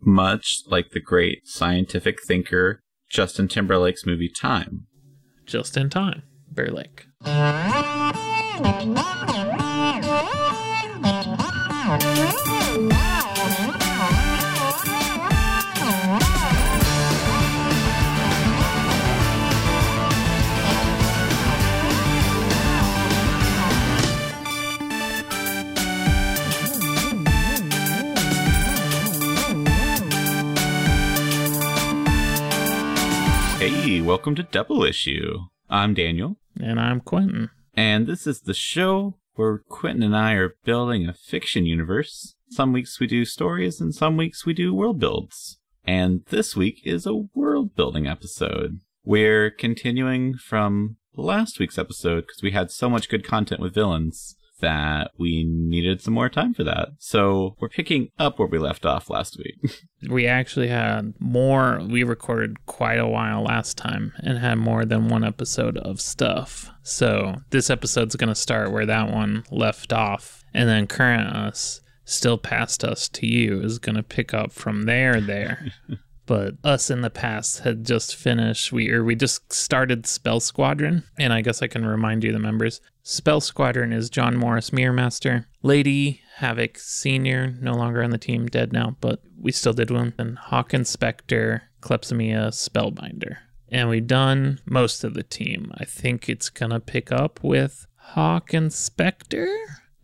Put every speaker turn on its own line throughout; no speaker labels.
much like the great scientific thinker Justin Timberlake's movie Time.
Just in time, Bear Lake.
Hey, welcome to Double Issue. I'm Daniel,
And I'm Quentin.
and this is the show where Quentin and I are building a fiction universe. Some weeks we do stories, and some weeks we do world builds. And this week is a world building episode. We're continuing from last week's episode because we had so much good content with villains that we needed some more time for that. So we're picking up where we left off last week.
We actually had more, we recorded quite a while last time and had more than one episode of stuff. So this episode's going to start where that one left off, and then current us, still past us to you, is going to pick up from there, there. but us in the past had just finished we or we just started spell squadron and i guess i can remind you the members spell squadron is john morris mirrormaster lady havoc senior no longer on the team dead now but we still did one and hawk inspector klepsomia spellbinder and we've done most of the team i think it's gonna pick up with hawk inspector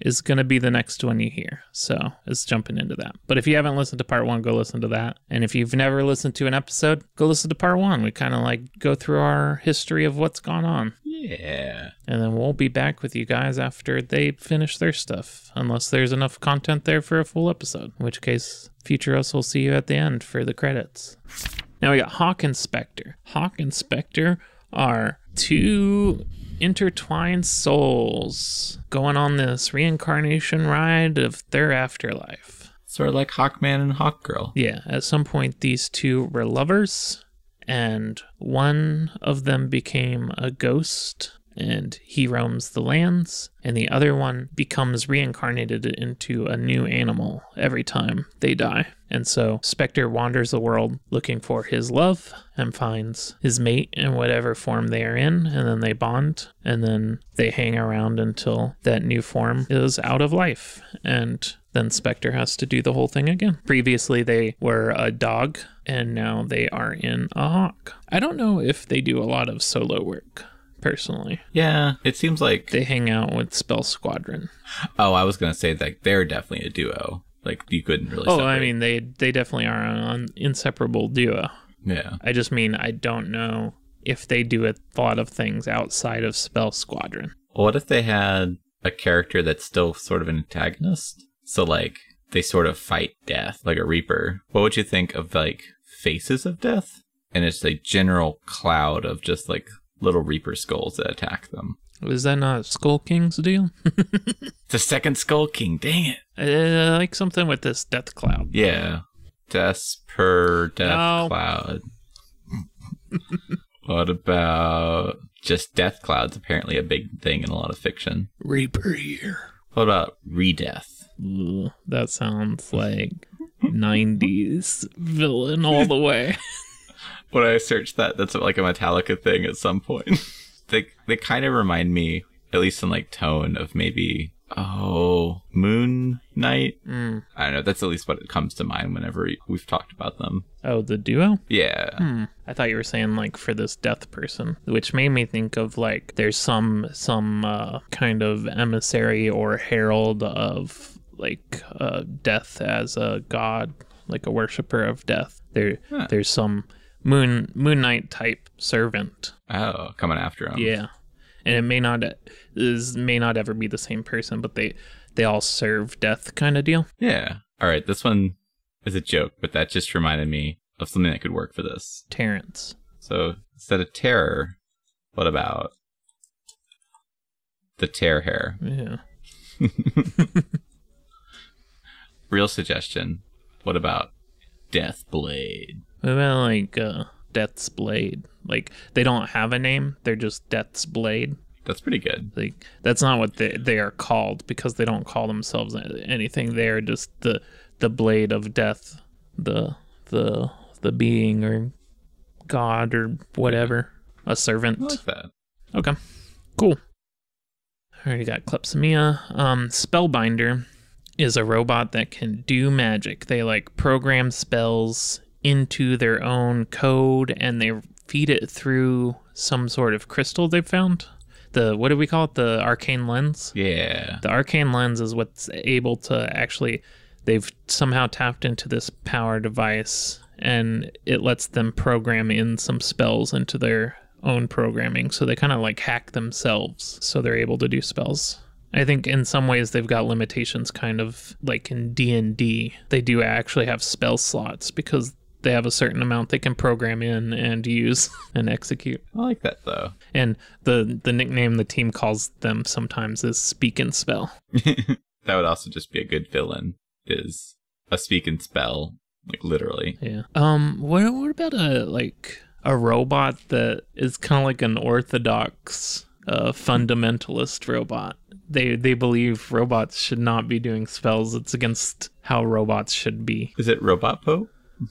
is going to be the next one you hear. So it's jumping into that. But if you haven't listened to part one, go listen to that. And if you've never listened to an episode, go listen to part one. We kind of like go through our history of what's gone on.
yeah.
And then we'll be back with you guys after they finish their stuff, unless there's enough content there for a full episode, in which case, future us will see you at the end for the credits. Now we got Hawk Inspector. Hawk Inspector are two intertwined souls going on this reincarnation ride of their afterlife.
Sort of like Hawkman and Hawkgirl.
Yeah, at some point, these two were lovers, and one of them became a ghost, and he roams the lands, and the other one becomes reincarnated into a new animal every time they die. And so Spectre wanders the world looking for his love and finds his mate in whatever form they are in, and then they bond, and then they hang around until that new form is out of life. And then Spectre has to do the whole thing again. Previously, they were a dog, and now they are in a hawk. I don't know if they do a lot of solo work, personally.
Yeah, it seems like
They hang out with Spell Squadron.
Oh, I was gonna say that they're definitely a duo. Like you couldn't really.
Oh, I
separate.
mean, they they definitely are an inseparable duo.
yeah,
I just mean I don't know if they do a lot of things outside of Spell Squadron.
What if they had a character that's still sort of an antagonist? So like they sort of fight death, like a reaper. What would you think of like faces of death? And it's a general cloud of just like little reaper skulls that attack them.
Is that not Skull King's deal?
The second Skull King, dang it!
I Uh, like something with this Death Cloud.
Yeah, death per death
No.
cloud. what about just death clouds? Apparently, a big thing in a lot of fiction.
Reaper here.
What about Redeath?
Ugh, that sounds like 90s villain all the way.
When I searched that, that's like a Metallica thing at some point. they they kind of remind me, at least in like tone, of maybe oh Moon Knight.
Mm.
I don't know. That's at least what comes to mind whenever we've talked about them.
Oh, the duo?
Yeah.
Hmm. I thought you were saying like for this death person, which made me think of like there's some some uh, kind of emissary or herald of like uh, death as a god, like a worshiper of death. There
Huh.
there's some moon moon knight type servant
Oh, coming after him.
Yeah, and it may not is may not ever be the same person, but they they all serve death kind of deal.
Yeah. All right. This one is a joke, but that just reminded me of something that could work for this.
Terrence,
So instead of terror, what about the tear hair?
yeah,
Real suggestion. What about Death Blade?
what about like uh, Death's Blade? Like they don't have a name; they're just Death's Blade.
That's pretty good.
Like that's not what they they are called because they don't call themselves anything. They are just the the blade of death, the the the being or god or whatever, a servant.
I like that.
Okay. Cool. Already got Klepsomia. Um, Spellbinder is a robot that can do magic. They like program spells into their own code and they feed it through some sort of crystal they've found. The what do we call it? The arcane lens?
Yeah.
The arcane lens is what's able to actually they've somehow tapped into this power device and it lets them program in some spells into their own programming so they kind of like hack themselves so they're able to do spells. I think in some ways they've got limitations kind of like in D&D. They do actually have spell slots because they have a certain amount they can program in and use and execute.
I like that though.
And the the nickname the team calls them sometimes is speak and spell.
That would also just be a good villain is a speak and spell, like literally.
Yeah. Um. What What about a like a robot that is kind of like an orthodox uh, fundamentalist robot? They they believe robots should not be doing spells. It's against how robots should be.
Is it Robot Poe?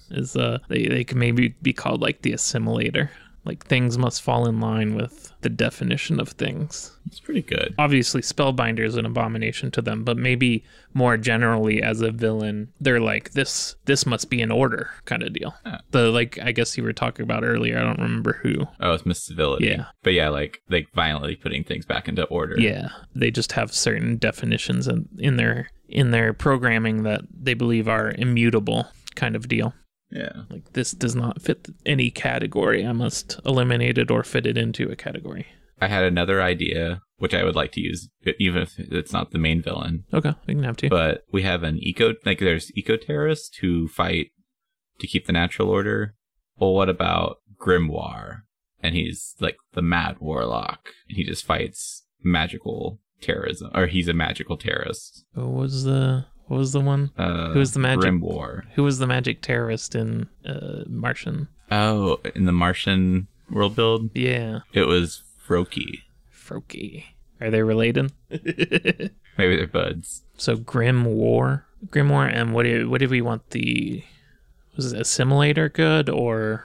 Is uh they they can maybe be called like the assimilator. Like things must fall in line with the definition of things
It's pretty good.
obviously spellbinder is an abomination to them but maybe more generally as a villain they're like this this must be an order kind of deal
Yeah.
the like i guess you were talking about earlier i don't remember who
Oh, it's Miss Civility.
Yeah.
But yeah, like like violently putting things back into order.
yeah they just have certain definitions in, in their in their programming that they believe are immutable kind of deal
Yeah.
like this does not fit any category i must eliminate it or fit it into a category
I had another idea which I would like to use even if it's not the main villain.
okay we can have two
but we have an eco like there's eco terrorists who fight to keep the natural order. Well, what about Grimoire? And he's like the mad warlock, and he just fights magical terrorism, or he's a magical terrorist.
what was the what was the one
Uh,
Who's the magic-
Grimoire?
Who was the magic terrorist in uh, Martian?
Oh, in the Martian world build,
Yeah,
it was Froki.
Froki. Are they related?
Maybe they're buds.
so Grim War, Grim War, and what do what do we want the was it assimilator good or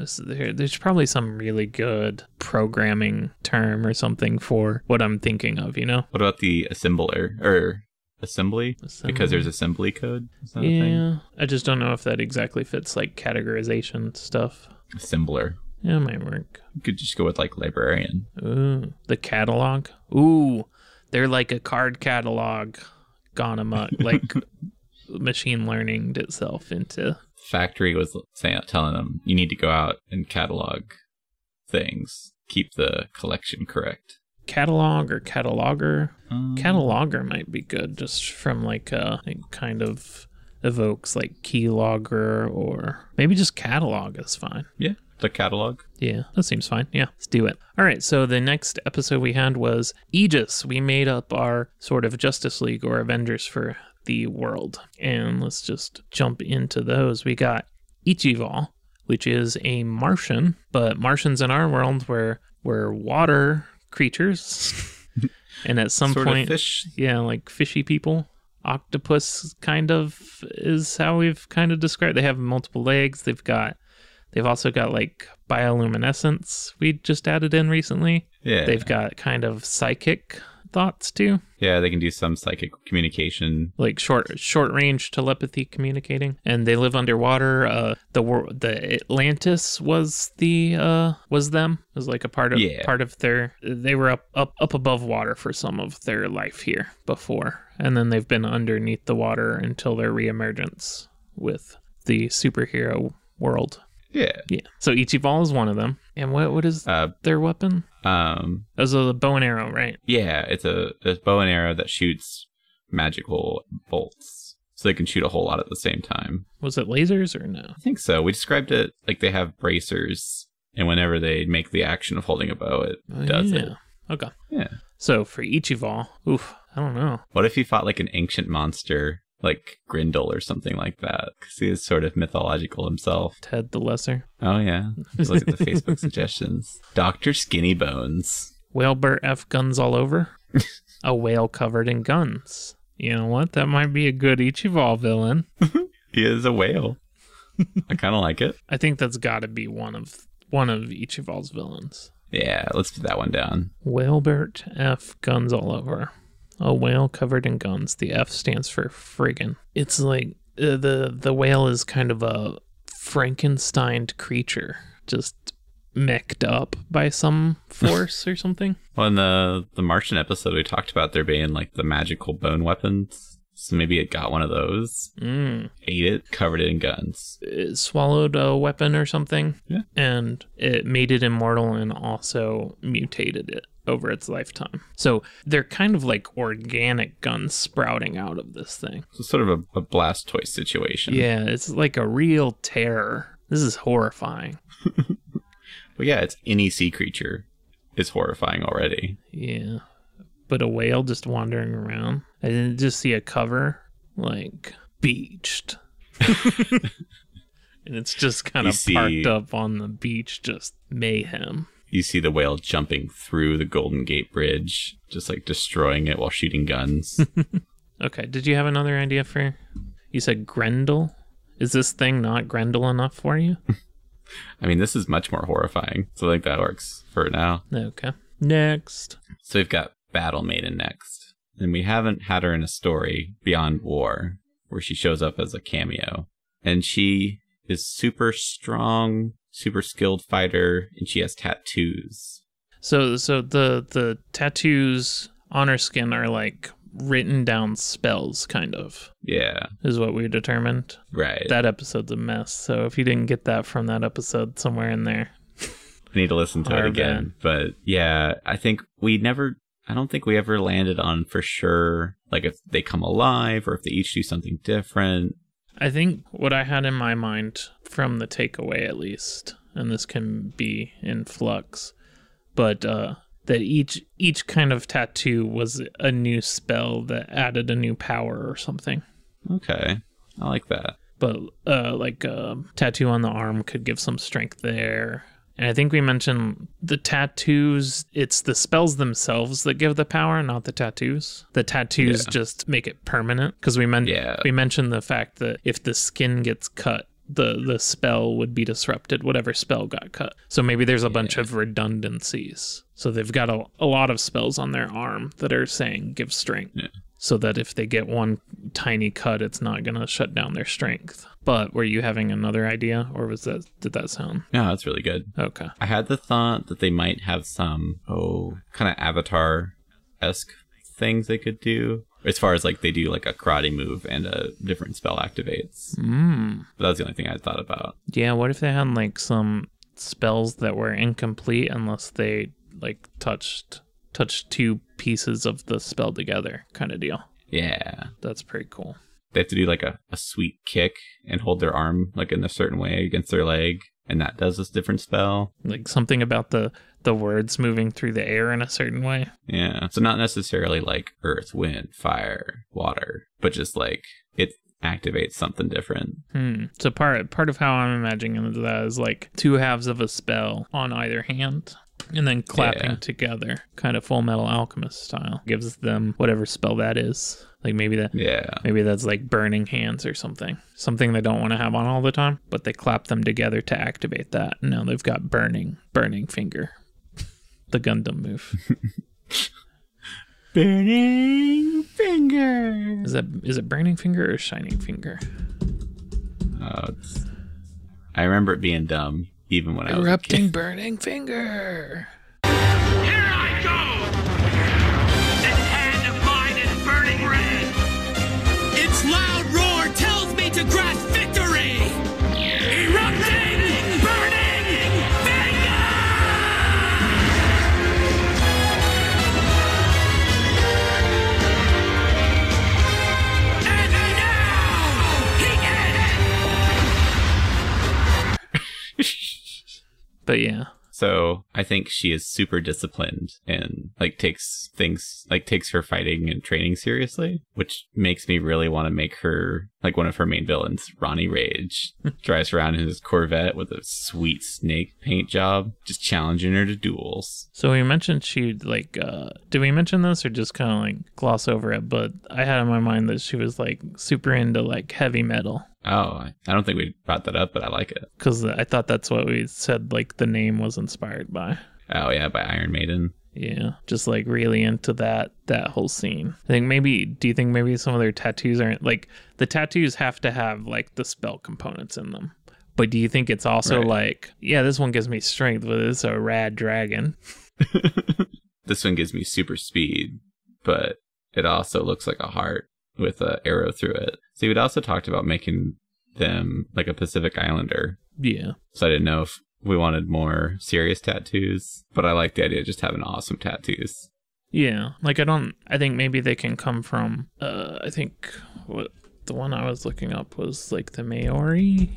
is there, there's probably some really good programming term or something for what I'm thinking of, you know?
What about the assembler or assembly? Because there's assembly code. Is that a thing?
yeah, I just don't know if that exactly fits like categorization stuff.
Assembler.
Yeah, it might work.
You could just go with like librarian.
Ooh, the catalog. Ooh, they're like a card catalog gone amok, like machine learning itself into.
factory was saying, telling them you need to go out and catalog things, keep the collection correct.
Catalog or cataloger?
Um,
Cataloger might be good, just from like uh, it kind of evokes like keylogger or maybe just catalog is fine.
yeah, the catalog.
Yeah, that seems fine. Yeah, let's do it. All right, so the next episode we had was Aegis. We made up our sort of Justice League or Avengers for the world. And let's just jump into those. We got Ichival, which is a Martian, but Martians in our world were, were water creatures. and at some
sort of
point,
fish.
yeah, like fishy people. Octopus kind of is how we've kind of described. They have multiple legs. They've got they've also got like bioluminescence we just added in recently.
Yeah,
They've got kind of psychic thoughts too,
yeah, they can do some psychic communication.
like short short range telepathy communicating. And they live underwater. Uh the wor- the Atlantis was the uh was them. It was like a part of
Yeah.
part of their they were up up up above water for some of their life here before and then they've been underneath the water until their reemergence with the superhero world
Yeah,
yeah so ichiban is one of them and what what is
uh,
their weapon
um,
oh so the bow and arrow right
yeah, it's a, a bow and arrow that shoots magical bolts, so they can shoot a whole lot at the same time.
was it lasers or no
I think so. We described it like they have bracers, and whenever they make the action of holding a bow, it
Oh,
does
yeah.
it.
okay
Yeah.
so for ichiban oof i don't know
What if he fought like an ancient monster, like Grindel or something like that? Because he is sort of mythological himself.
ted the lesser
Oh yeah, Just look at the Facebook suggestions. Doctor Skinny Bones.
Whalebert F. Guns All Over. a whale covered in guns. You know what? That might be a good Ichival villain.
He is a whale. I kind of like it.
I think that's got to be one of one of each of all's villains.
Yeah, let's put that one down.
Whalebert F. Guns all over. A whale covered in guns. The F stands for friggin'. It's like uh, the the whale is kind of a Frankensteined creature, just mech'd up by some force or something.
Well, in the the Martian episode, we talked about there being like the magical bone weapons. So maybe it got one of those,
Mm.
ate it, covered it in guns.
it swallowed a weapon or something
Yeah.
and it made it immortal and also mutated it over its lifetime. So they're kind of like organic guns sprouting out of this thing.
So sort of a, a blast toy situation.
Yeah, it's like a real terror. This is horrifying.
But yeah, it's any sea creature is horrifying already.
Yeah. But a whale just wandering around. I didn't just see a cover like beached. and it's just kind
You
of
see-
parked up on the beach, just mayhem.
You see the whale jumping through the Golden Gate Bridge, just like destroying it while shooting guns.
Okay. Did you have another idea for? You said Grendel. Is this thing not Grendel enough for you?
I mean, this is much more horrifying. So I think that works for now.
okay. Next.
So we've got Battle Maiden next. And we haven't had her in a story beyond war, where she shows up as a cameo. And she is super strong, super skilled fighter, and she has tattoos.
So so the the tattoos on her skin are like written down spells kind of
Yeah,
is what we determined.
right.
That episode's a mess. So if you didn't get that from that episode somewhere in there.
I need to listen to it
Our
again. But yeah, I think we never, I don't think we ever landed on for sure, like if they come alive or if they each do something different.
I think what I had in my mind from the takeaway, at least, and this can be in flux, but uh, that each each kind of tattoo was a new spell that added a new power or something.
Okay, I like that.
But uh, like a tattoo on the arm could give some strength there. And I think we mentioned the tattoos, it's the spells themselves that give the power, not the tattoos. The tattoos
Yeah.
just make it permanent because we meant
Yeah.
we mentioned the fact that if the skin gets cut, the the spell would be disrupted, whatever spell got cut. So maybe there's a bunch of redundancies. So they've got a, a lot of spells on their arm that are saying give strength.
Yeah.
So that if they get one tiny cut, it's not gonna shut down their strength. But were you having another idea, or was that did that sound
No, that's really good.
okay?
I had the thought that they might have some oh kind of avatar esque things they could do. As far as like they do like a karate move and a different spell activates.
Mm.
But that was the only thing I thought about.
Yeah. What if they had like some spells that were incomplete unless they like touched touched two pieces of the spell together, kind of deal.
Yeah.
That's pretty cool.
They have to do like a, a sweet kick and hold their arm like in a certain way against their leg and that does this different spell.
Like something about the the words moving through the air in a certain way.
Yeah. So not necessarily like earth, wind, fire, water, but just like it activates something different.
Hmm. So part part of how I'm imagining that is like two halves of a spell on either hand. And then clapping
Yeah.
together, kind of full metal alchemist style. Gives them whatever spell that is. Like maybe that
Yeah.
Maybe that's like burning hands or something. Something they don't want to have on all the time, but they clap them together to activate that. And now they've got burning, burning finger. The Gundam move.
Burning finger.
Is that is it burning finger or shining finger?
Oh, it's, I remember it being dumb, even when I was. a kid.
Erupting burning finger.
Here I go! This hand of mine is burning red! Its loud roar tells me to grasp victory! Erupting, burning finger! And now, he ends!
But yeah.
So I think she is super disciplined and like takes things like takes her fighting and training seriously, which makes me really want to make her like one of her main villains, Ronnie Rage, drives around in his Corvette with a sweet snake paint job, just challenging her to duels.
So we mentioned she like uh did we mention this or just kinda like gloss over it, but I had in my mind that she was like super into like heavy metal.
Oh, I I don't think we brought that up, but I like it.
because I thought that's what we said. Like the name was inspired by.
Oh yeah, by Iron Maiden.
Yeah, just like really into that that whole scene. I think maybe. Do you think maybe some of their tattoos aren't like the tattoos have to have like the spell components in them? But do you think it's also
Right.
like, yeah, this one gives me strength, but it's a rad dragon.
This one gives me super speed, but it also looks like a heart with a arrow through it. So you had also talked about making them like a Pacific Islander.
Yeah,
So I didn't know if we wanted more serious tattoos, but I like the idea of just having awesome tattoos.
yeah. Like I don't. I think maybe they can come from. Uh, I think what the one I was looking up was like the Maori,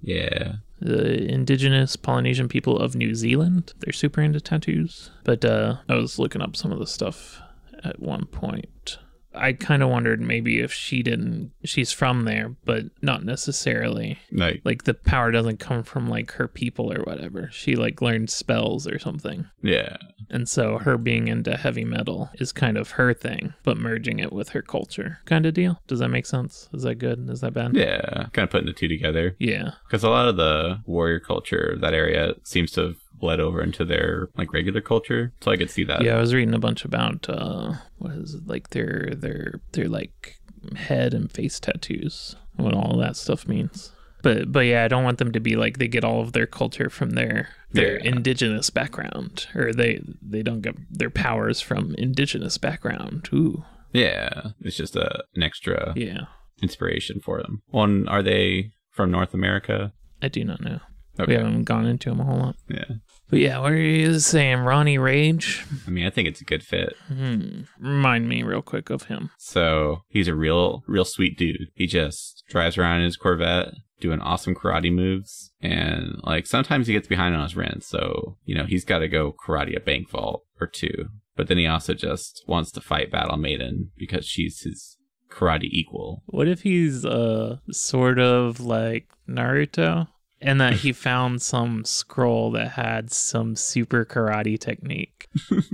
Yeah.
the indigenous Polynesian people of New Zealand. They're super into tattoos. But uh, I was looking up some of the stuff at one point. I kind of wondered maybe if she didn't, she's from there, but not necessarily.
Like
Like the power doesn't come from like her people or whatever. She like learned spells or something.
yeah.
And so her being into heavy metal is kind of her thing, but merging it with her culture kind of deal. Does that make sense? Is that good? Is that bad?
Yeah. Kind of putting the two together.
Yeah.
Because a lot of the warrior culture, of that area seems to have bled over into their like regular culture. So I could see that.
yeah, I was reading a bunch about uh what is it like their their their like head and face tattoos and what all that stuff means. But but yeah, I don't want them to be like they get all of their culture from their their
Yeah.
indigenous background or they they don't get their powers from indigenous background. Ooh.
Yeah. It's just a, an extra
Yeah.
inspiration for them. One, are they from North America?
I do not know.
Okay.
We haven't gone into them a whole lot.
Yeah.
But yeah, what are you saying? Ronnie Rage?
I mean, I think it's a good fit.
Hmm. Remind me real quick of him.
So he's a real, real sweet dude. He just drives around in his Corvette doing awesome karate moves. And like sometimes he gets behind on his rent. So, you know, he's got to go karate a bank vault or two. But then he also just wants to fight Battle Maiden because she's his karate equal.
What if he's uh sort of like Naruto? And that he found some scroll that had some super karate technique.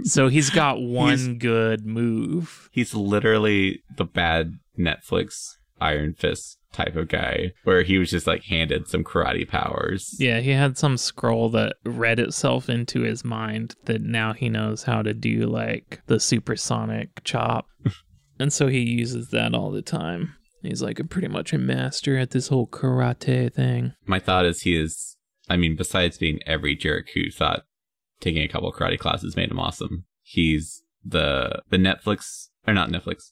so he's got one
He's-
good move.
He's literally the bad Netflix Iron Fist type of guy where he was just like handed some karate powers.
Yeah, he had some scroll that read itself into his mind that now he knows how to do like the supersonic chop. and so he uses that all the time. He's like, I'm pretty much a master at this whole karate thing.
my thought is he is i mean besides being every jerk who thought taking a couple of karate classes made him awesome he's the the netflix or not netflix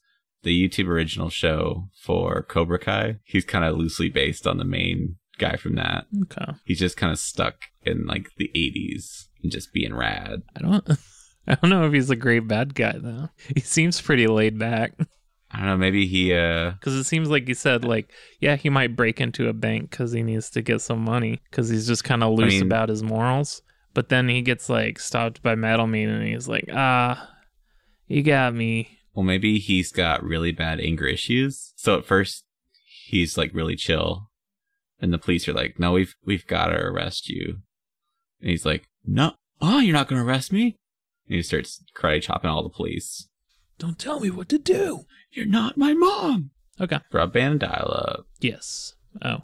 the youtube original show for cobra kai he's kind of loosely based on the main guy from that
Okay.
he's just kind of stuck in like the 80s and just being rad
I don't I don't know if he's a great bad guy though. He seems pretty laid back.
i don't know maybe he uh
Because it seems like he said, like, yeah, he might break into a bank because he needs to get some money because he's just kind of loose
mean-
about his morals. But then he gets like stopped by Metal Man and he's like, ah, you got me.
well maybe he's got really bad anger issues so at first he's like really chill and the police are like no we've we've got to arrest you and he's like no oh you're not going to arrest me and he starts karate chopping all the police
Don't tell me what to do.
you're not my mom
Okay.
broadband dial up
Yes. Oh,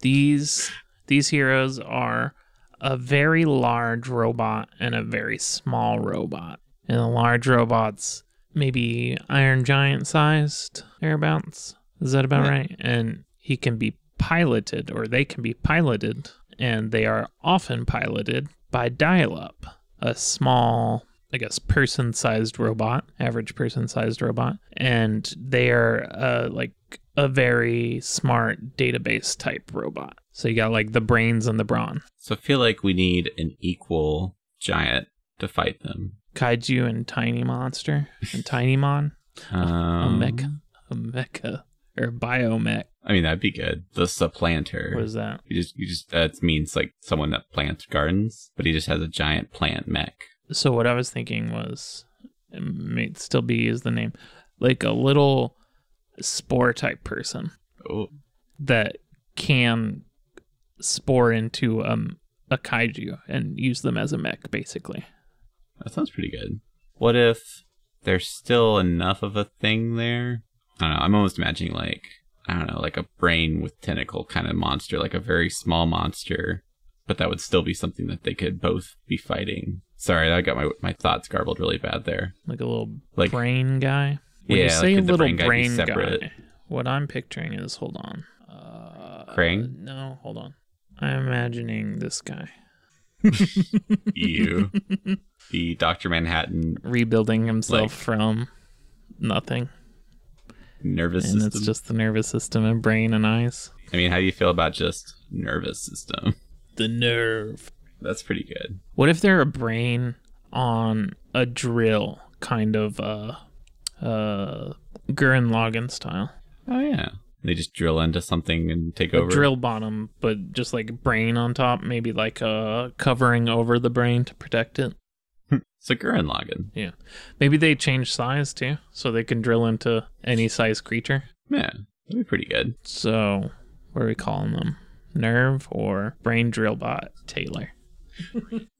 these these heroes are a very large robot and a very small robot. And the large robots maybe Iron Giant sized thereabouts. Is that about
Yeah.
right? And he can be piloted, or they can be piloted, and they are often piloted by dial up, a small I guess, person sized robot, average person sized robot. And they are uh, like a very smart database type robot. So you got like the brains and the brawn.
so i feel like we need an equal giant to fight them
Kaiju and Tiny Monster and Tiny Mon. A
um,
mecha. A mecha. Or biomech.
i mean that'd be good the supplanter
What is that?
you just you just that means like someone that plants gardens but he just has a giant plant mech
So what I was thinking was, it may still be used the name, like a little spore type person.
Oh,
that can spore into um, a kaiju and use them as a mech, basically.
that sounds pretty good. What if there's still enough of a thing there? I don't know. I'm almost imagining like I don't know, like a brain with tentacle kind of monster, like a very small monster, but that would still be something that they could both be fighting. Sorry, I got my my thoughts garbled really bad there.
like a little
Like-
brain guy. When
Yeah,
you say
like, could the
little
brain
brain,
guy be
guy,
separate?
what I'm picturing is hold on. Uh,
Krang?
No, hold on. I'm imagining this guy
You, the Doctor Manhattan
rebuilding himself
Like-
from nothing,
nervous
and
system.
it's just the nervous system and brain and eyes.
I mean, how do you feel about just nervous system?
The nerve.
That's pretty good.
What if they're a brain on a drill, kind of uh, uh, Gurren Lagann style?
Oh yeah, they just drill into something and take
a
over.
drill bottom, but just like brain on top, maybe like a covering over the brain to protect it.
So Gurren Lagann.
Yeah. Maybe they change size too, so they can drill into any size creature.
Yeah, that'd be pretty good.
So, what are we calling them? Nerve or brain drill bot Taylor?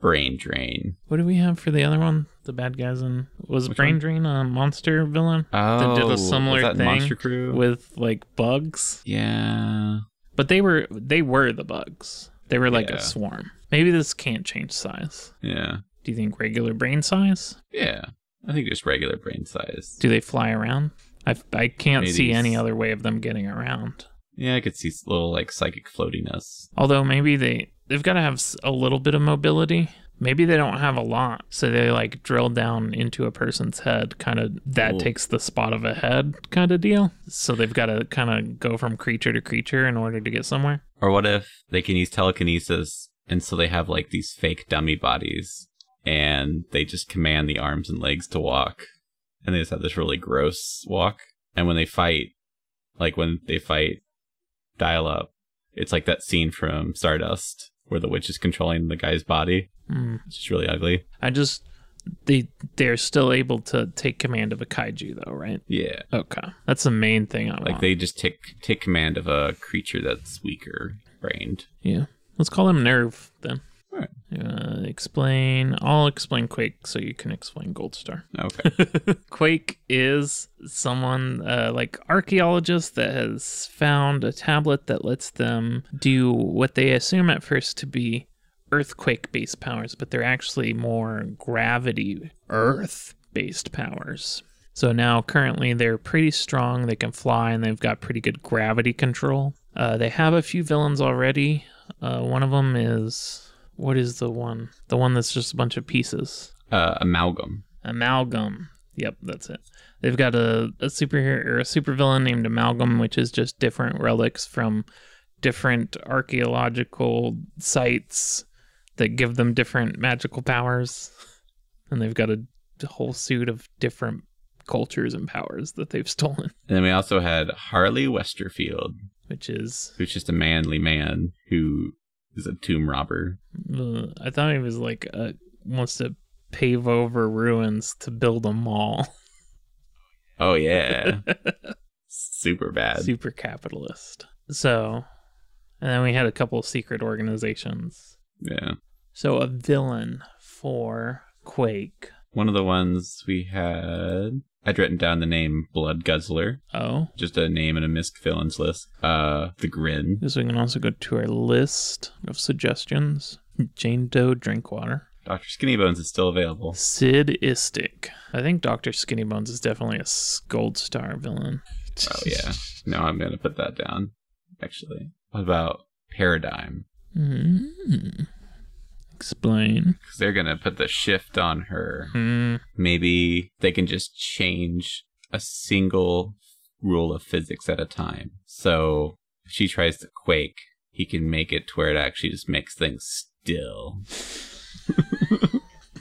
Brain drain.
What do we have for the other one? The bad guys in was
Which
Brain
one?
Drain a monster villain
Oh,
They did a
was
similar
that
thing
Monster Crew.
with like bugs?
yeah,
But they were they were the bugs. They were like
Yeah.
a swarm. Maybe this can't change size.
yeah,
Do you think regular brain size?
yeah. I think just regular brain size.
Do they fly around? I, I can't
Maybe
see any
s-
other way of them getting around.
Yeah, I could see s- little like psychic floatiness.
Although maybe they they've got to have s- a little bit of mobility. Maybe they don't have a lot, so they like drill down into a person's head, kind of that
Ooh.
takes the spot of a head kind of deal. So they've got to kind of go from creature to creature in order to get somewhere.
Or what if they can use telekinesis and so they have like these fake dummy bodies and they just command the arms and legs to walk and they just have this really gross walk. And when they fight, like when they fight dial up, it's like that scene from Stardust where the witch is controlling the guy's body.
Hmm.
It's just really ugly.
I just they they're still able to take command of a kaiju though, right?
Yeah.
Okay, that's the main thing I
Like
want.
they just take take command of a creature that's weaker brained.
Yeah. Let's call him Nerve then.
Alright.
Uh, explain. I'll explain Quake so you can explain Gold Star.
Okay.
Quake is someone uh, like archaeologist that has found a tablet that lets them do what they assume at first to be earthquake based powers, but they're actually more gravity earth based powers. So now currently they're pretty strong, they can fly, and they've got pretty good gravity control. Uh, they have a few villains already. Uh, one of them is what is the one? The one that's just a bunch of pieces
uh, amalgam.
amalgam. Yep, that's it. They've got a, a superhero or a supervillain named Amalgam, which is just different relics from different archaeological sites that give them different magical powers. And they've got a whole suit of different cultures and powers that they've stolen,
And then we also had Harley Westerfield,
which is
who's just a manly man who is a tomb robber.
uh, I thought it was like uh wants to pave over ruins to build a mall.
Oh yeah. Super bad.
super capitalist. So, and then we had a couple of secret organizations.
Yeah.
So a villain for Quake.
One of the ones we had I'd written down the name Blood Guzzler,
Oh,
just a name in a misc villains list. Uh the Grin,
because we can also go to our list of suggestions. Jane Doe Drinkwater.
Dr. Skinny Bones is still available.
Sid Istic. I think Dr. Skinny Bones is definitely a s- gold star villain.
Oh yeah. No, I'm gonna put that down. Actually. What about Paradigm?
Mm. Explain.
Because they're gonna put the shift on her.
Mm.
maybe they can just change a single rule of physics at a time. So if she tries to quake, he can make it to where it actually just makes things still.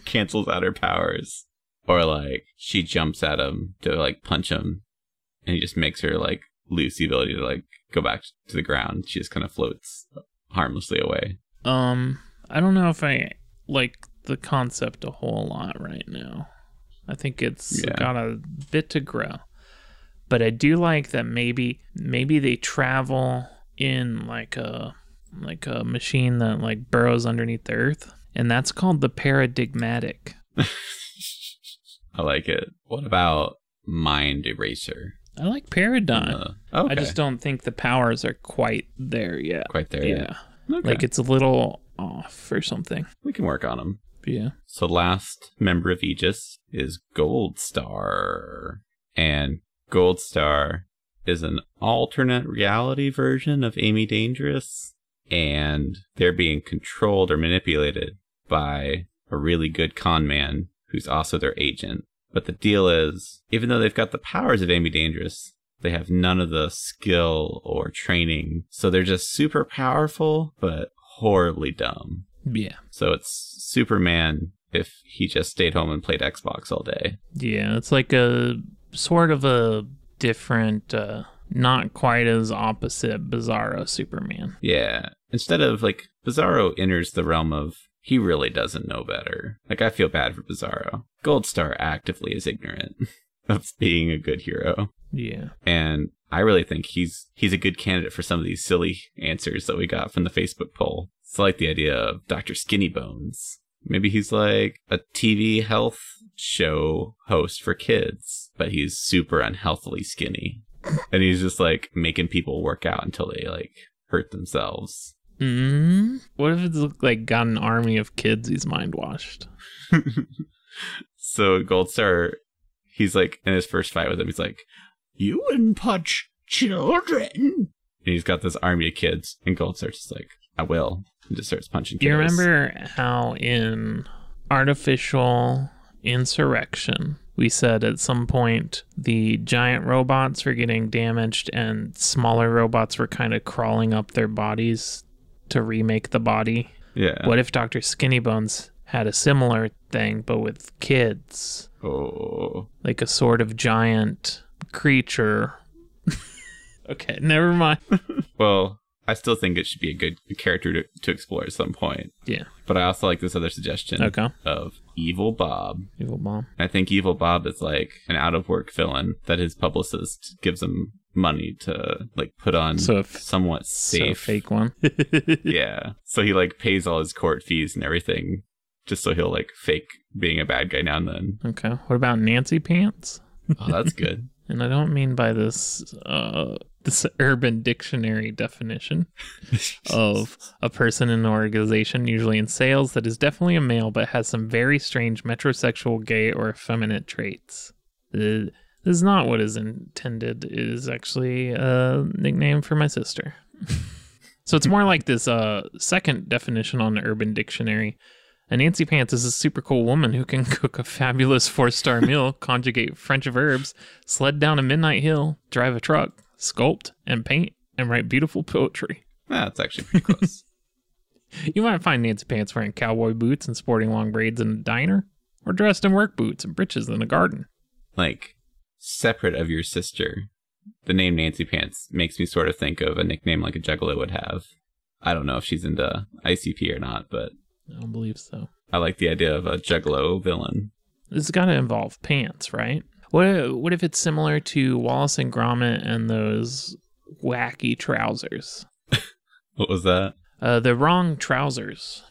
Cancels out her powers. Or like she jumps at him to like punch him and he just makes her like lose the ability to like go back to the ground. She just kind of floats harmlessly away.
Um, I don't know if I like the concept a whole lot right now. I think it's
Yeah.
got a bit to grow. But I do like that maybe maybe they travel in like a like a machine that like burrows underneath the earth and that's called the paradigmatic.
I like it. What about mind eraser?
I like Paradigm.
Uh, okay.
I just don't think the powers are quite there yet.
quite there.
yeah.
yet. Okay.
Like it's a little off or something.
we can work on them.
Yeah.
So last member of Aegis is Gold Star. And Gold Star is an alternate reality version of Amy Dangerous. And they're being controlled or manipulated by a really good con man who's also their agent. But the deal is, even though they've got the powers of Amy Dangerous, they have none of the skill or training. So they're just super powerful, but horribly dumb.
Yeah.
So it's Superman if he just stayed home and played Xbox all day.
Yeah. It's like a sort of a different, uh, not quite as opposite Bizarro Superman.
Yeah. Instead of like Bizarro enters the realm of he really doesn't know better. Like I feel bad for Bizarro. Gold Star actively is ignorant of being a good hero.
Yeah.
And I really think he's he's a good candidate for some of these silly answers that we got from the Facebook poll. It's like the idea of Dr. Skinny Bones. Maybe he's like a TV health show host for kids, but he's super unhealthily skinny. And he's just like making people work out until they like hurt themselves.
Mm-hmm. What if it's like got an army of kids he's mind washed?
so Gold Star, he's like in his first fight with him, he's like, "You wouldn't punch children." And he's got this army of kids, and Gold Star's just like, "I will," and just starts punching.
Do you
kiddos.
remember how in Artificial Insurrection, we said at some point the giant robots were getting damaged and smaller robots were kind of crawling up their bodies to remake the body?
Yeah.
What if Dr. Skinny Bones had a similar thing but with kids?
Oh,
Like a sort of giant creature. okay, never mind.
well, I still think it should be a good character to, to explore at some point.
Yeah.
But I also like this other suggestion
Okay.
of Evil Bob.
Evil bomb.
I think Evil Bob is like an out of work villain that his publicist gives him money to like put on
So if-
somewhat
So
safe
fake one.
yeah. So he like pays all his court fees and everything just so he'll like fake being a bad guy now and then.
Okay. What about Nancy Pants?
Oh, that's good.
And I don't mean by this uh, this urban dictionary definition of a person in an organization, usually in sales, that is definitely a male but has some very strange metrosexual, gay, or effeminate traits. Uh, this is not what is intended. It is actually a nickname for my sister. so it's more like this uh, second definition on the Urban Dictionary. A Nancy Pants is a super cool woman who can cook a fabulous four star meal, conjugate French verbs, sled down a midnight hill, drive a truck, sculpt and paint, and write beautiful poetry.
Nah, Ah, that's actually pretty close.
You might find Nancy Pants wearing cowboy boots and sporting long braids in a diner, or dressed in work boots and breeches in a garden.
like separate of your sister. The name Nancy Pants makes me sort of think of a nickname like a juggalo would have. I don't know if she's into ICP or not, but
I don't believe so.
I like the idea of a juggalo villain.
This has got to involve pants, right? What what if it's similar to Wallace and Gromit and those wacky trousers?
What was that?
Uh, the wrong trousers.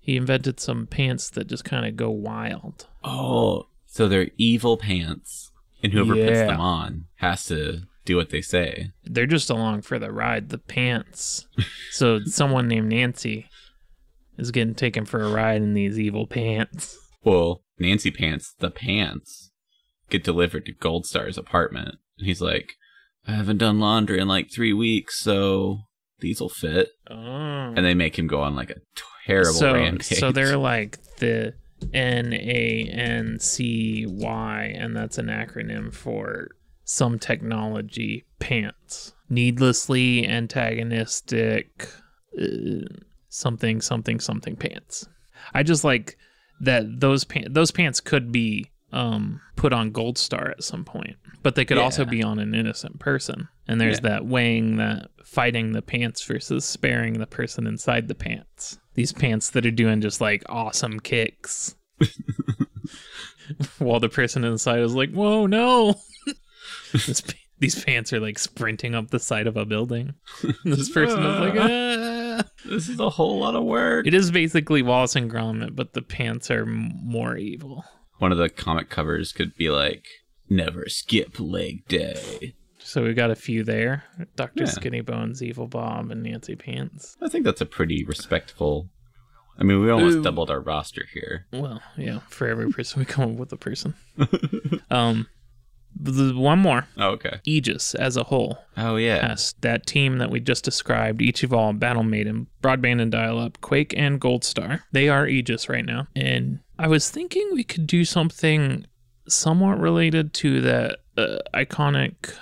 He invented some pants that just kind of go wild.
Oh, so they're evil pants, and whoever puts
Yeah.
them on has to do what they say.
They're just along for the ride, the pants. so someone named Nancy is getting taken for a ride in these evil pants.
Well, Nancy Pants, the pants, get delivered to Gold Star's apartment. And he's like, I haven't done laundry in like three weeks, so these will fit.
Oh.
And they make him go on like a terrible
so,
rampage.
So they're like the N A N C Y, and that's an acronym for some technology pants. Needlessly antagonistic, uh, something, something, something pants. I just like that those pants. Those pants could be um put on Gold Star at some point, but they could also
Yeah.
be on an innocent person. And there's
Yeah.
that weighing that fighting the pants versus sparing the person inside the pants. These pants that are doing just like awesome kicks. While the person inside is like, whoa, no. This pa- These pants are like sprinting up the side of a building. This person is like, ah.
this is a whole lot of work.
It is basically Wallace and Gromit, but the pants are m- more evil.
One of the comic covers could be like, Never skip leg day.
So we got a few there. Dr.
Yeah.
Skinny Bones, Evil Bob, and Nancy Pants.
I think that's a pretty respectful. I mean, we almost
Ooh.
doubled our roster here.
Well, yeah, for every person we come up with a person. um the, one more.
Oh, okay.
Aegis as a whole.
Oh yeah.
Yes, that team that we just described, each evolved, Battle Maiden, Broadband and Dial Up, Quake, and Gold Star. They are Aegis right now. And I was thinking we could do something somewhat related to that uh, iconic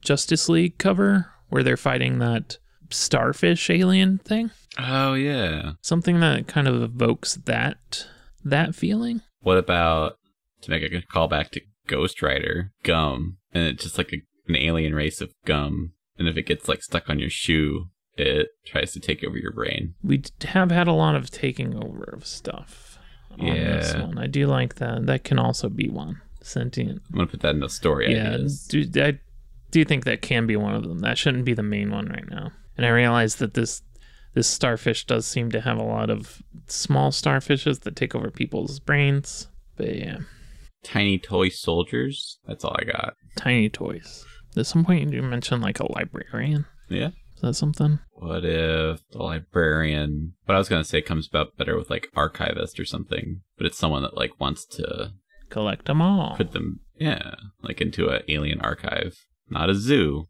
Justice League cover where they're fighting that starfish alien thing.
Oh yeah.
Something that kind of evokes that that feeling.
What about to make a good callback to Ghost Rider gum, and it's just like a, an alien race of gum, and if it gets like stuck on your shoe, it tries to take over your brain.
we d- have had a lot of taking over of stuff on this
Yeah.
one. I do like that. That can also be one sentient.
I'm gonna put that in the story
Yeah,
ideas.
do, I do think that can be one of them. That shouldn't be the main one right now. And I realize that this this starfish does seem to have a lot of small starfishes that take over people's brains. But yeah,
Tiny toy soldiers. That's all I got.
tiny toys. At some point, you do mention like a librarian.
Yeah.
Is that something?
What if the librarian? What I was gonna say comes about better with like archivist or something, but it's someone that like wants to
Collect them all.
put them, yeah, like into an alien archive, not a zoo.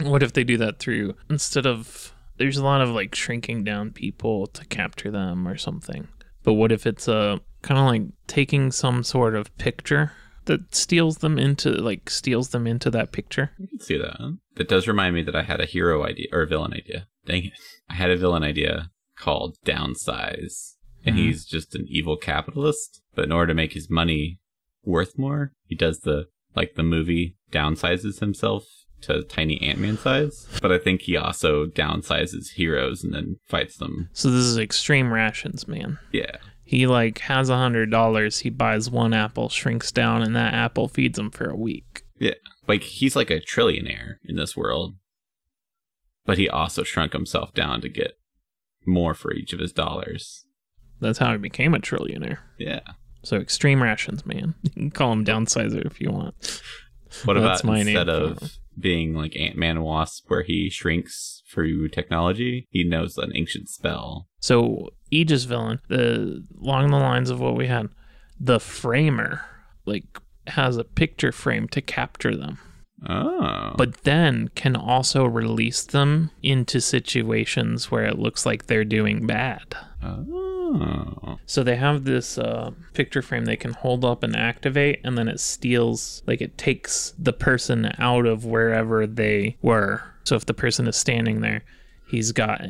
What if they do that through instead of there's a lot of like shrinking down people to capture them or something. But what if it's a kind of like taking some sort of picture that steals them into like steals them into that picture?
I can see that. huh? That does remind me that I had a hero idea or a villain idea. Dang it, I had a villain idea called Downsize, and
Mhm.
he's just an evil capitalist. But in order to make his money worth more, he does the like the movie downsizes himself to tiny Ant Man size. But I think he also downsizes heroes and then fights them.
So this is extreme rations, man.
Yeah,
He like has a hundred dollars, he buys one apple, shrinks down, and that apple feeds him for a week.
like he's like a trillionaire in this world, but he also shrunk himself down to get more for each of his dollars.
That's how he became a trillionaire.
Yeah.
So extreme rations, man. You can call him downsizer if you want.
What
That's
about
my name
instead
for
of being like Ant Man and Wasp, where he shrinks through technology, he knows an ancient spell.
So Aegis villain, the along the lines of what we had, the framer like has a picture frame to capture them,
Oh,
but then can also release them into situations where it looks like they're doing bad.
oh,
So they have this uh, picture frame they can hold up and activate, and then it steals, like it takes the person out of wherever they were. So if the person is standing there, he's got.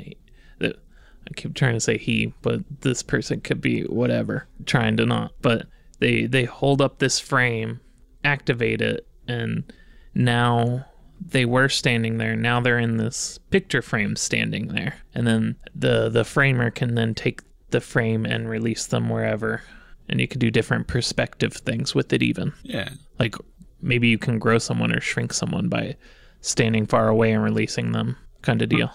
I keep trying to say he, but this person could be whatever. Trying to not, but they they hold up this frame, activate it, and now they were standing there now they're in this picture frame standing there and then the the framer can then take the frame and release them wherever and you can do different perspective things with it even
yeah.
like maybe you can grow someone or shrink someone by standing far away and releasing them kind of deal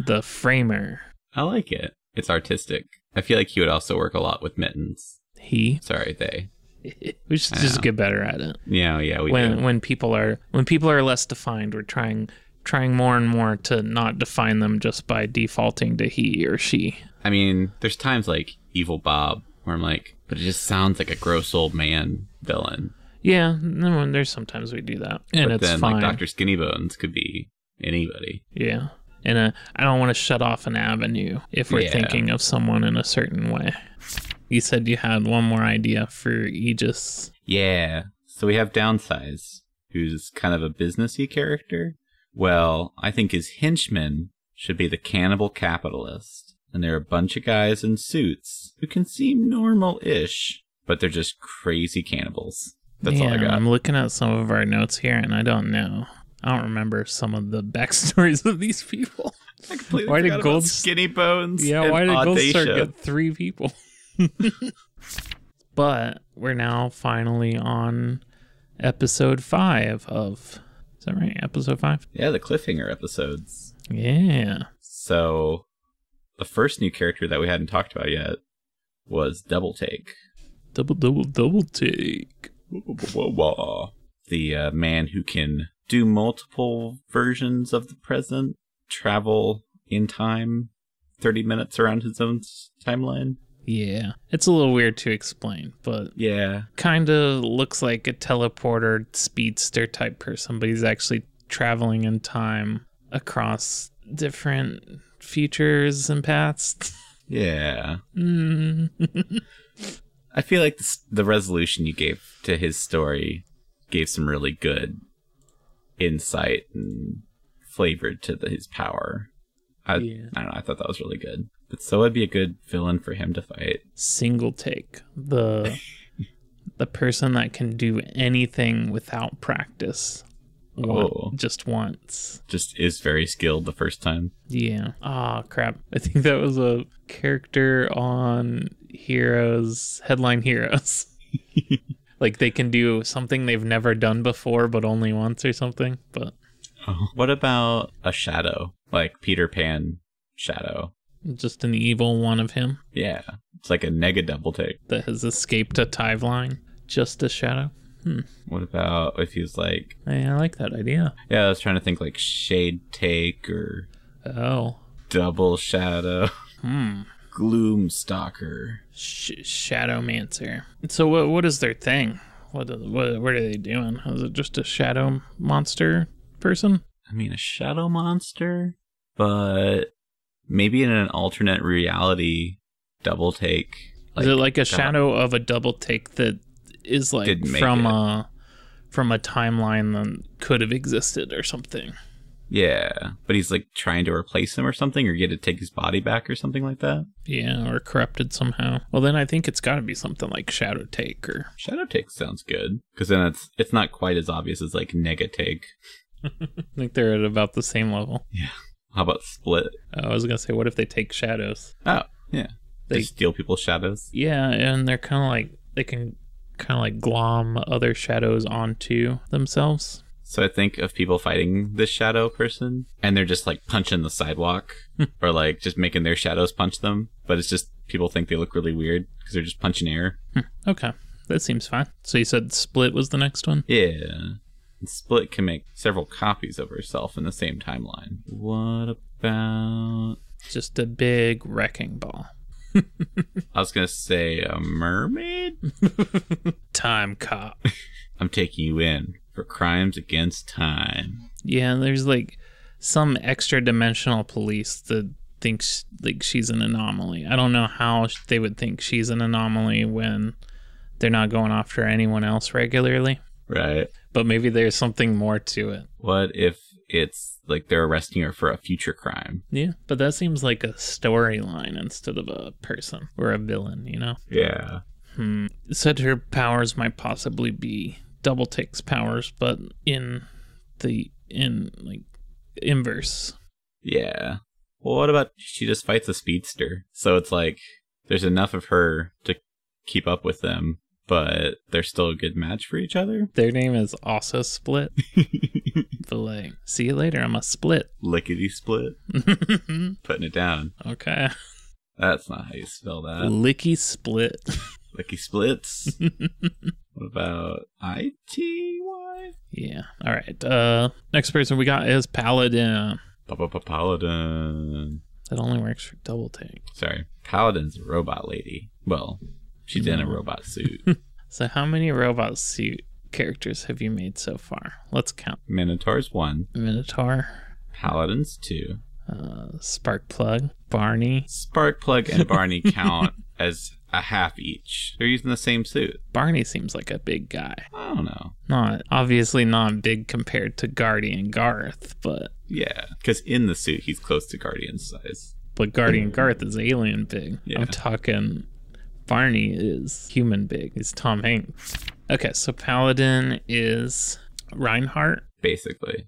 the framer
I like it. It's artistic. I feel like he would also work a lot with mittens.
he
Sorry, they.
we should just get better at it
Yeah, Oh, yeah, we
when
do.
when people are when people are less defined we're trying trying more and more to not define them just by defaulting to he or she
I mean, there's times like Evil Bob where I'm like, but it just sounds like a gross old man villain.
yeah no, there's sometimes we do that and
but
it's
then
fine
like Doctor Skinny Bones could be anybody.
yeah and uh, i don't want to shut off an avenue if we're
Yeah.
thinking of someone in a certain way you said you had one more idea for aegis
Yeah. So we have Downsize, who's kind of a businessy character. Well, I think his henchmen should be the cannibal capitalist. And they're a bunch of guys in suits who can seem normal ish, but they're just crazy cannibals. That's all I
Man,
got.
i'm looking at some of our notes here and i don't know i don't remember some of the backstories of these people
I completely
why did
forgot about
Gold-
skinny bones?
Yeah,
and
why did Gold
Audacia.
Star get three people? but we're now finally on episode five of. Is that right? Episode five?
Yeah, the cliffhanger episodes.
Yeah.
So the first new character that we hadn't talked about yet was Double Take.
Double, double, double take.
the uh, man who can do multiple versions of the present, travel in time 30 minutes around his own s- timeline.
Yeah. It's a little weird to explain, but
Yeah.
kind of looks like a teleporter speedster type person, but he's actually traveling in time across different futures and paths.
Yeah.
Mm.
I feel like this, the resolution you gave to his story gave some really good insight and flavor to the, his power. I,
Yeah.
I don't know. I thought that was really good. But so it'd be a good villain for him to fight.
Single take. The the person that can do anything without practice. One-
Oh.
Just once.
Just is very skilled the first time.
Yeah. Ah, crap. I think that was a character on Heroes, Headline Heroes. like they can do something they've never done before, but only once or something. But
What about a shadow? Like Peter Pan shadow.
just an evil one of him
Yeah. It's like a nega double take.
that has escaped a timeline. Just a shadow.
What about if he's like,
Hey, I like that idea.
yeah, I was trying to think like shade take or
Oh.
double shadow,
Hmm.
gloom stalker.
Sh- Shadowmancer. So what? What is their thing? What? What? What are they doing? Is it just a shadow monster person?
I mean, a shadow monster, but maybe in an alternate reality, double take.
is it like a
that
shadow of a double take that is like
Didn't make
from
it.
a from a timeline that could have existed or something?
Yeah, but he's like trying to replace him or something, or get to take his body back or something like that.
Yeah, or corrupted somehow. Well, then I think it's got to be something like shadow take or
Shadow take sounds good because then it's it's not quite as obvious as like nega take.
I think they're at about the same level.
How about split?
I was gonna say, what if they take shadows?
Oh, yeah, they,
They-
steal people's shadows.
Yeah, and they're kind of like they can kind of like glom other shadows onto themselves.
So I think of people fighting this shadow person, and they're just like punching the sidewalk, or like just making their shadows punch them. But it's just people think they look really weird because they're just punching air.
Okay, that seems fine. So you said split was the next one.
Yeah. And Split can make several copies of herself in the same timeline. What about?
Just a big wrecking ball.
I was gonna say a mermaid.
Time cop.
I'm taking you in for crimes against time.
Yeah, and there's like some extra dimensional police that thinks like she's an anomaly. I don't know how sh- they would think she's an anomaly when they're not going after anyone else regularly,
Right.
but maybe there's something more to it.
What if it's like they're arresting her for a future crime?
Yeah, but that seems like a storyline instead of a person or a villain, you know?
Yeah.
Hmm. Said her powers might possibly be double takes powers, but in the in like inverse.
Yeah. Well, what about she just fights a speedster? So it's like there's enough of her to keep up with them, but they're still a good match for each other.
Their name is also Split. but like, see you later. I'm a Split.
Lickety split, putting it down.
okay.
That's not how you spell that.
Licky Split.
Licky splits. what about I T Y?
yeah. All right. Uh, next person we got is Paladin.
Paladin.
That only works for double take.
Sorry, Paladin's a robot lady. Well, she's in a robot suit.
So, how many robot suit characters have you made so far? Let's count.
Minotaur's one,
Minotaur,
Paladin's two.
uh, Sparkplug, Barney.
Sparkplug and Barney count as a half each. They're using the same suit.
Barney seems like a big guy.
I don't know.
Not obviously not big compared to Guardian Garth, but
Yeah, because in the suit he's close to Guardian's size.
but Guardian Garth is alien big.
Yeah.
I'm talking Barney is human big. He's Tom Hanks. Okay, so Paladin is Reinhardt.
basically.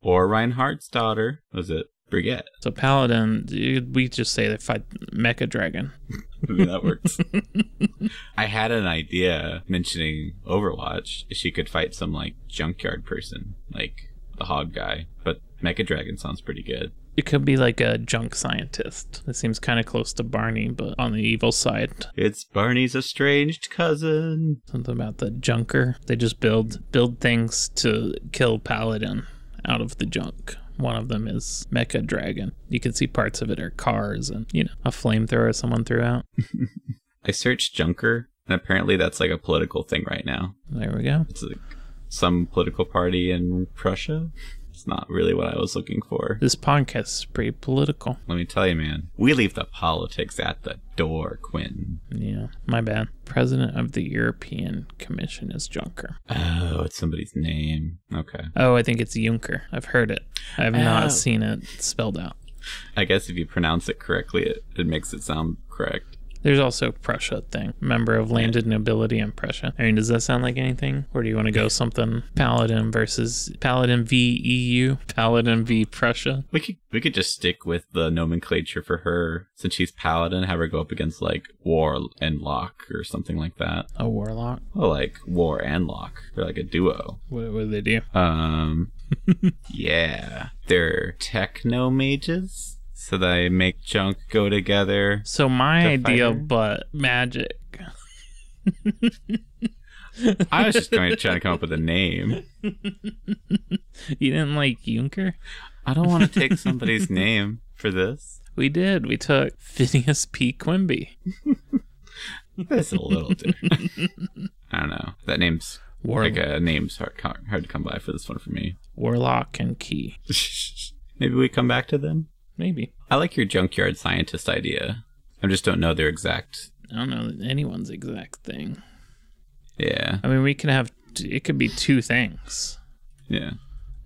or Reinhardt's daughter. Was it Brigitte?
So Paladin, dude, we just say they fight Mecha Dragon.
I mean, that works. I had an idea mentioning Overwatch. She could fight some like junkyard person, like the hog guy. But Mecha Dragon sounds pretty good.
It could be like a junk scientist. It seems kind of close to Barney, but on the evil side.
It's Barney's estranged cousin.
Something about the junker. They just build build things to kill Paladin out of the junk. One of them is Mecha Dragon. You can see parts of it are cars and you know a flamethrower someone threw out.
I searched Junker, and apparently that's like a political thing right now.
There we go.
It's like some political party in Prussia. It's not really what I was looking for.
This podcast is pretty political.
Let me tell you, man, we leave the politics at the door, Quinn.
Yeah, my bad. President of the European Commission is Junker.
Oh, it's somebody's name. Okay.
Oh, I think it's Junker. I've heard it. I have
Oh.
not seen it spelled out.
I guess if you pronounce it correctly, it, it makes it sound correct.
There's also Prussia thing, member of landed nobility in Prussia. I mean, does that sound like anything? Or do you want to go something Paladin versus Paladin v EU, Paladin v Prussia?
We could we could just stick with the nomenclature for her since she's paladin. Have her go up against like War and Locke or something like that.
A warlock?
Well, like War and Locke, they're like a duo.
What, what do they do?
Um, yeah, they're techno mages, so they make junk go together.
So my
The
idea,
fighter?
but magic.
I was just going to try to come up with a name.
You didn't like Junker?
I don't want to take somebody's name for this.
We did. We took Phineas P. Quimby.
That's a little different. I don't know. That name's
War-
like a name's hard, hard to come by for this one for me.
warlock and Key.
Maybe we come back to them.
Maybe.
I like your junkyard scientist idea. I just don't know their exact.
I don't know anyone's exact thing.
Yeah,
I mean, we can have, it could be two things.
yeah.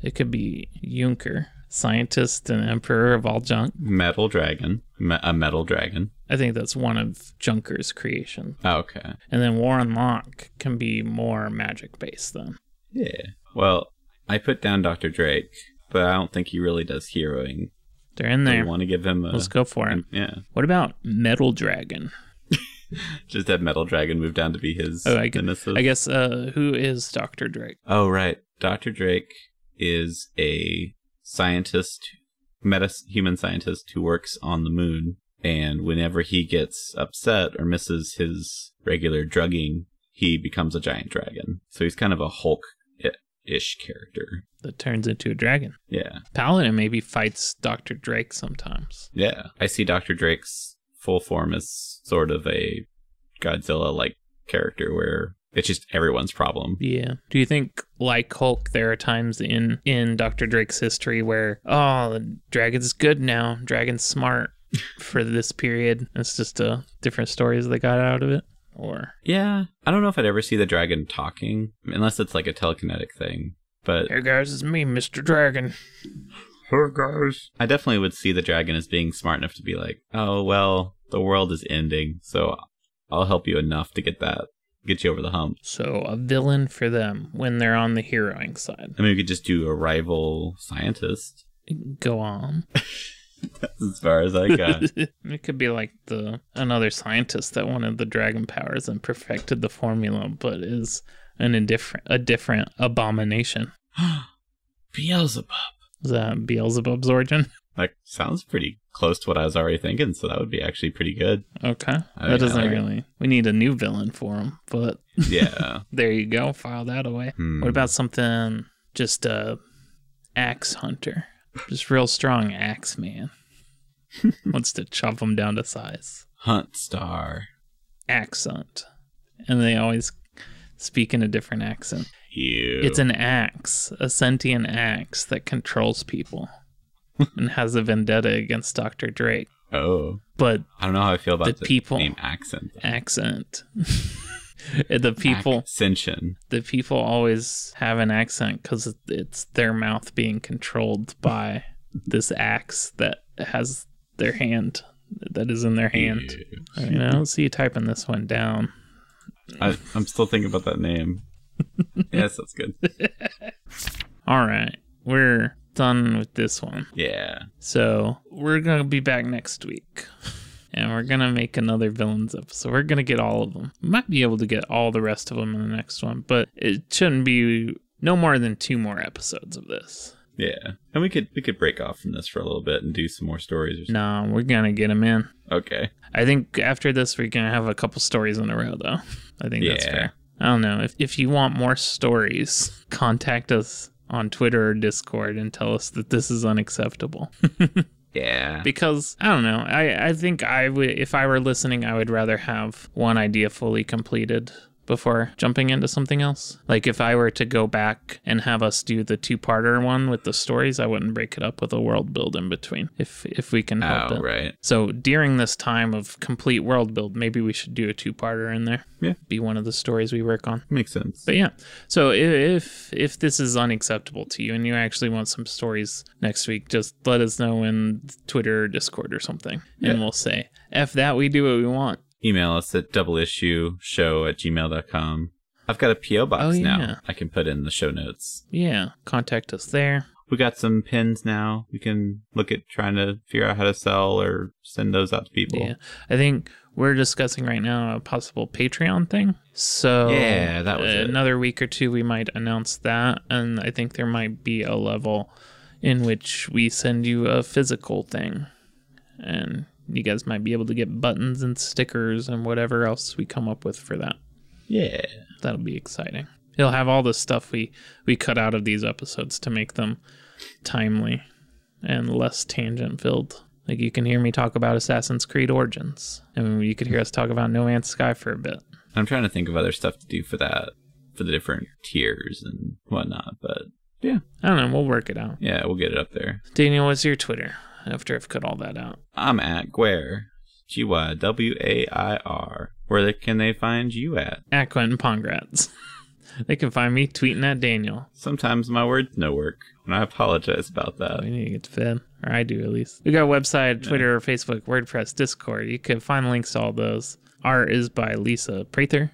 It could be Junker, scientist and emperor of all junk.
Metal dragon, Me- a metal dragon. Oh,
I think that's one of Junker's creation.
Okay.
And then Warren Locke can be more magic based then.
Yeah. Well, I put down Dr. Drake, but I don't think he really does heroing.
They're in
I
there.
want to give him a.
Let's go for it.
Yeah.
What about Metal Dragon?
Just have metal dragon move down to be his
Oh, I guess,
nemesis.
I guess uh, who is Dr. Drake?
Oh, right. Dr. Drake is a scientist, medis- human scientist who works on the moon. And whenever he gets upset or misses his regular drugging, he becomes a giant dragon. So he's kind of a Hulk ish character.
That turns into a dragon.
Yeah.
Paladin maybe fights Dr. Drake sometimes.
Yeah. I see Dr. Drake's full form as sort of a Godzilla like character where it's just everyone's problem.
Yeah. Do you think, like Hulk, there are times in in Doctor Drake's history where oh, the dragon's good now, dragon's smart for this period. It's just uh, different stories they got out of it, or
Yeah. I don't know if I'd ever see the dragon talking, unless it's like a telekinetic thing. But
hey guys, it's me, Mister Dragon.
I definitely would see the dragon as being smart enough to be like, oh, well, the world is ending, so I'll help you enough to get that, get you over the hump.
So a villain for them when they're on the heroing side.
I mean, we could just do a rival scientist.
Go on.
That's as far as I got.
it could be like the another scientist that wanted the dragon powers and perfected the formula, but is an indifferent a different abomination.
Beelzebub.
Is that Beelzebub's origin?
Like, sounds pretty close to what I was already thinking, so that would be actually pretty good.
Okay.
I mean, I
that doesn't
like it.
really. We need a new villain for him, but
Yeah.
there you go. File that away.
Hmm.
What about something just uh, axe hunter? Just real strong axe man. Wants to chop him down to size.
Hunt Star.
Axe hunt. And they always speak in a different accent.
Ew.
It's an axe, a sentient axe that controls people and has a vendetta against Dr. Drake.
oh.
But
I don't know how I feel about
The
the,
people-
name accent.
accent. the people
Ascension.
the people always have an accent because it's their mouth being controlled by this axe that has their hand that is in their hand.
Ew.
I mean, I don't see you typing this one down.
I, I'm still thinking about that name. yes, that's good.
All right, we're done with this one.
Yeah.
So we're gonna be back next week. And we're gonna make another villains episode. We're gonna get all of them. Might be able to get all the rest of them in the next one, but it shouldn't be no more than two more episodes of this.
Yeah. And we could we could break off from this for a little bit and do some more stories or something.
No, we're gonna get him in.
Okay.
I think after this, we're gonna have a couple stories in a row, though. I think that's
Yeah.
fair. I don't know if if you want more stories, contact us on Twitter or Discord and tell us that this is unacceptable.
Yeah.
because I don't know. I I think I would if I were listening, I would rather have one idea fully completed before jumping into something else. Like if I were to go back and have us do the two-parter one with the stories, I wouldn't break it up with a world build in between. If if we can help
Oh,
it.
right.
So during this time of complete world build, maybe we should do a two-parter in there.
Yeah.
Be one of the stories we work on.
Makes sense.
But yeah, so i- if if this is unacceptable to you and you actually want some stories next week, just let us know in Twitter or Discord or something,
Yeah.
and we'll say f that we do what we want.
Email us at doubleissueshow at gmail.com. I've got a P.O. box
Oh, yeah.
now I can put in the show notes.
Yeah, contact us there.
We got some pins now. We can look at trying to figure out how to sell or send those out to people.
Yeah, I think we're discussing right now a possible Patreon thing. So
Yeah, that was it.
another week or two we might announce that, and I think there might be a level in which we send you a physical thing, and you guys might be able to get buttons and stickers and whatever else we come up with for that.
Yeah.
That'll be exciting. It'll have all the stuff we we cut out of these episodes to make them timely and less tangent filled. Like you can hear me talk about Assassin's Creed Origins, and you could hear us talk about No Man's Sky for a bit.
I'm trying to think of other stuff to do for that, for the different tiers and whatnot. But yeah,
I don't know. We'll work it out.
yeah, we'll get it up there.
Daniel, what's your Twitter? After I've cut all that out.
I'm at Guair, G Y W A I R. Where they, can they find you at?
At Quentin Pongrats. they can find me tweeting at Daniel.
Sometimes my words no work, and I apologize about
We
that.
need to get to bed, or I do at least. We got a website, Twitter, Facebook, WordPress, Discord. You can find links to all those. Art is by Lisa Prather.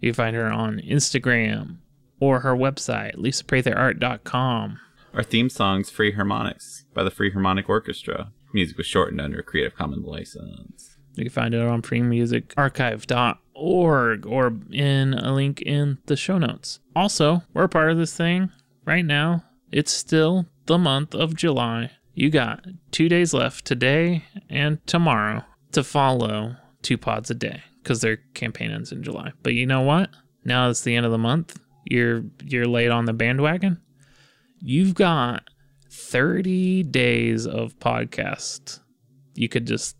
You can find her on Instagram or her website, lisapratherart.com.
Our theme song's Free Harmonics by the Free Harmonic Orchestra. Music was shortened under a Creative Commons license.
You can find it on freemusicarchive.org or in a link in the show notes. Also, we're part of this thing right now. It's still the month of July. You got two days left today and tomorrow to follow two pods a day because their campaign ends in July. But you know what? Now it's the end of the month. You're you're late on the bandwagon. You've got 30 days of podcast you could just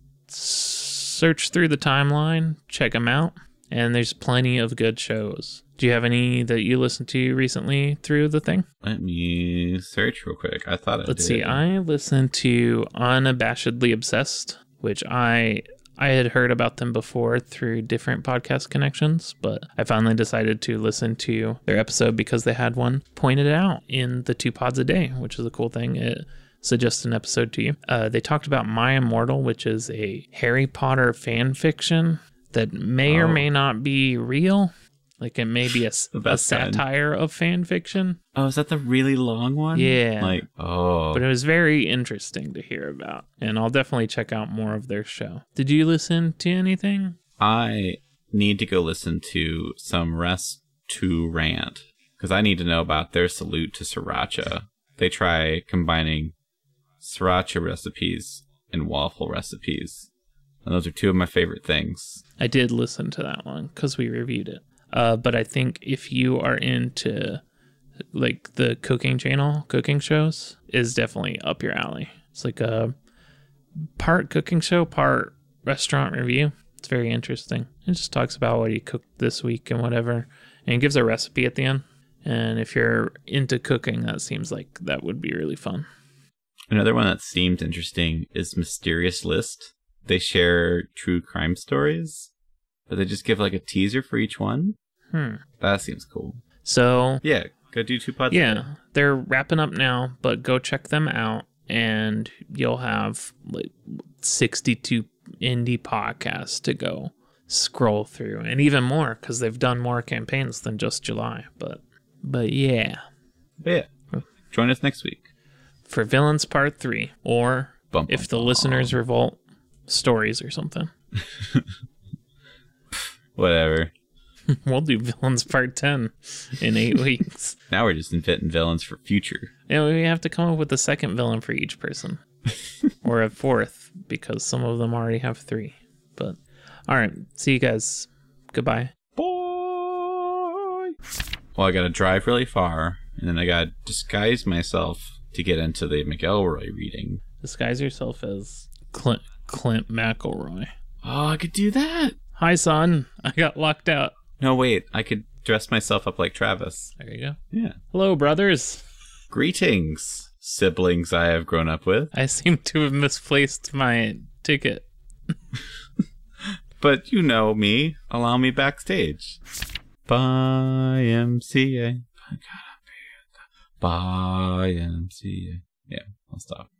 search through the timeline, check them out, and there's plenty of good shows. Do you have any that you listened to recently through the thing?
Let me search real quick. I thought I
Let's
did.
see. I listened to Unabashedly Obsessed, which I I had heard about them before through different podcast connections, but I finally decided to listen to their episode because they had one pointed out in the two pods a day, which is a cool thing. It suggests an episode to you. Uh, they talked about My Immortal, which is a Harry Potter fan fiction that may or
Oh.
may not be real. Like it may be a, s-
The
a
best kind.
satire of fan fiction.
Oh, is that the really long one?
Yeah.
Like, oh.
but it was very interesting to hear about and i'll definitely check out more of their show did you listen to anything
I need to go listen to some Rest to Rant because I need to know about their salute to sriracha. They try combining sriracha recipes and waffle recipes, and those are two of my favorite things.
i did listen to that one because we reviewed it uh, but i think if you are into like the cooking channel cooking shows is definitely up your alley it's like a part cooking show part restaurant review it's very interesting it just talks about what he cooked this week and whatever and it gives a recipe at the end and if you're into cooking that seems like that would be really fun
Another one that seemed interesting is Mysterious List. They share true crime stories, but they just give like a teaser for each one.
Hmm.
That seems cool.
So
Yeah, go do two pods.
yeah, they're wrapping up now, but go check them out, and you'll have like sixty-two indie podcasts to go scroll through, and even more because they've done more campaigns than just July. But but yeah,
But yeah. Join us next week.
for villains part three, or
Bum, bum,
if the listeners revolt, stories or something.
Whatever.
we'll do villains part 10 in eight weeks.
Now we're just inventing villains for future.
Yeah, we have to come up with a second villain for each person, or a fourth, because some of them already have three. But all right, see you guys. Goodbye.
Boy. Well, I gotta drive really far, and then I gotta disguise myself to get into the McElroy reading.
Disguise yourself as Clint Clint McElroy.
Oh, I could do that.
Hi, son. I got locked out.
No, wait. I could dress myself up like Travis.
There you go.
Yeah.
Hello, brothers.
Greetings, siblings I have grown up with.
I seem to have misplaced my ticket.
But you know me. Allow me backstage. Bye, MCA. I gotta be. Bye, MCA. Yeah, I'll stop.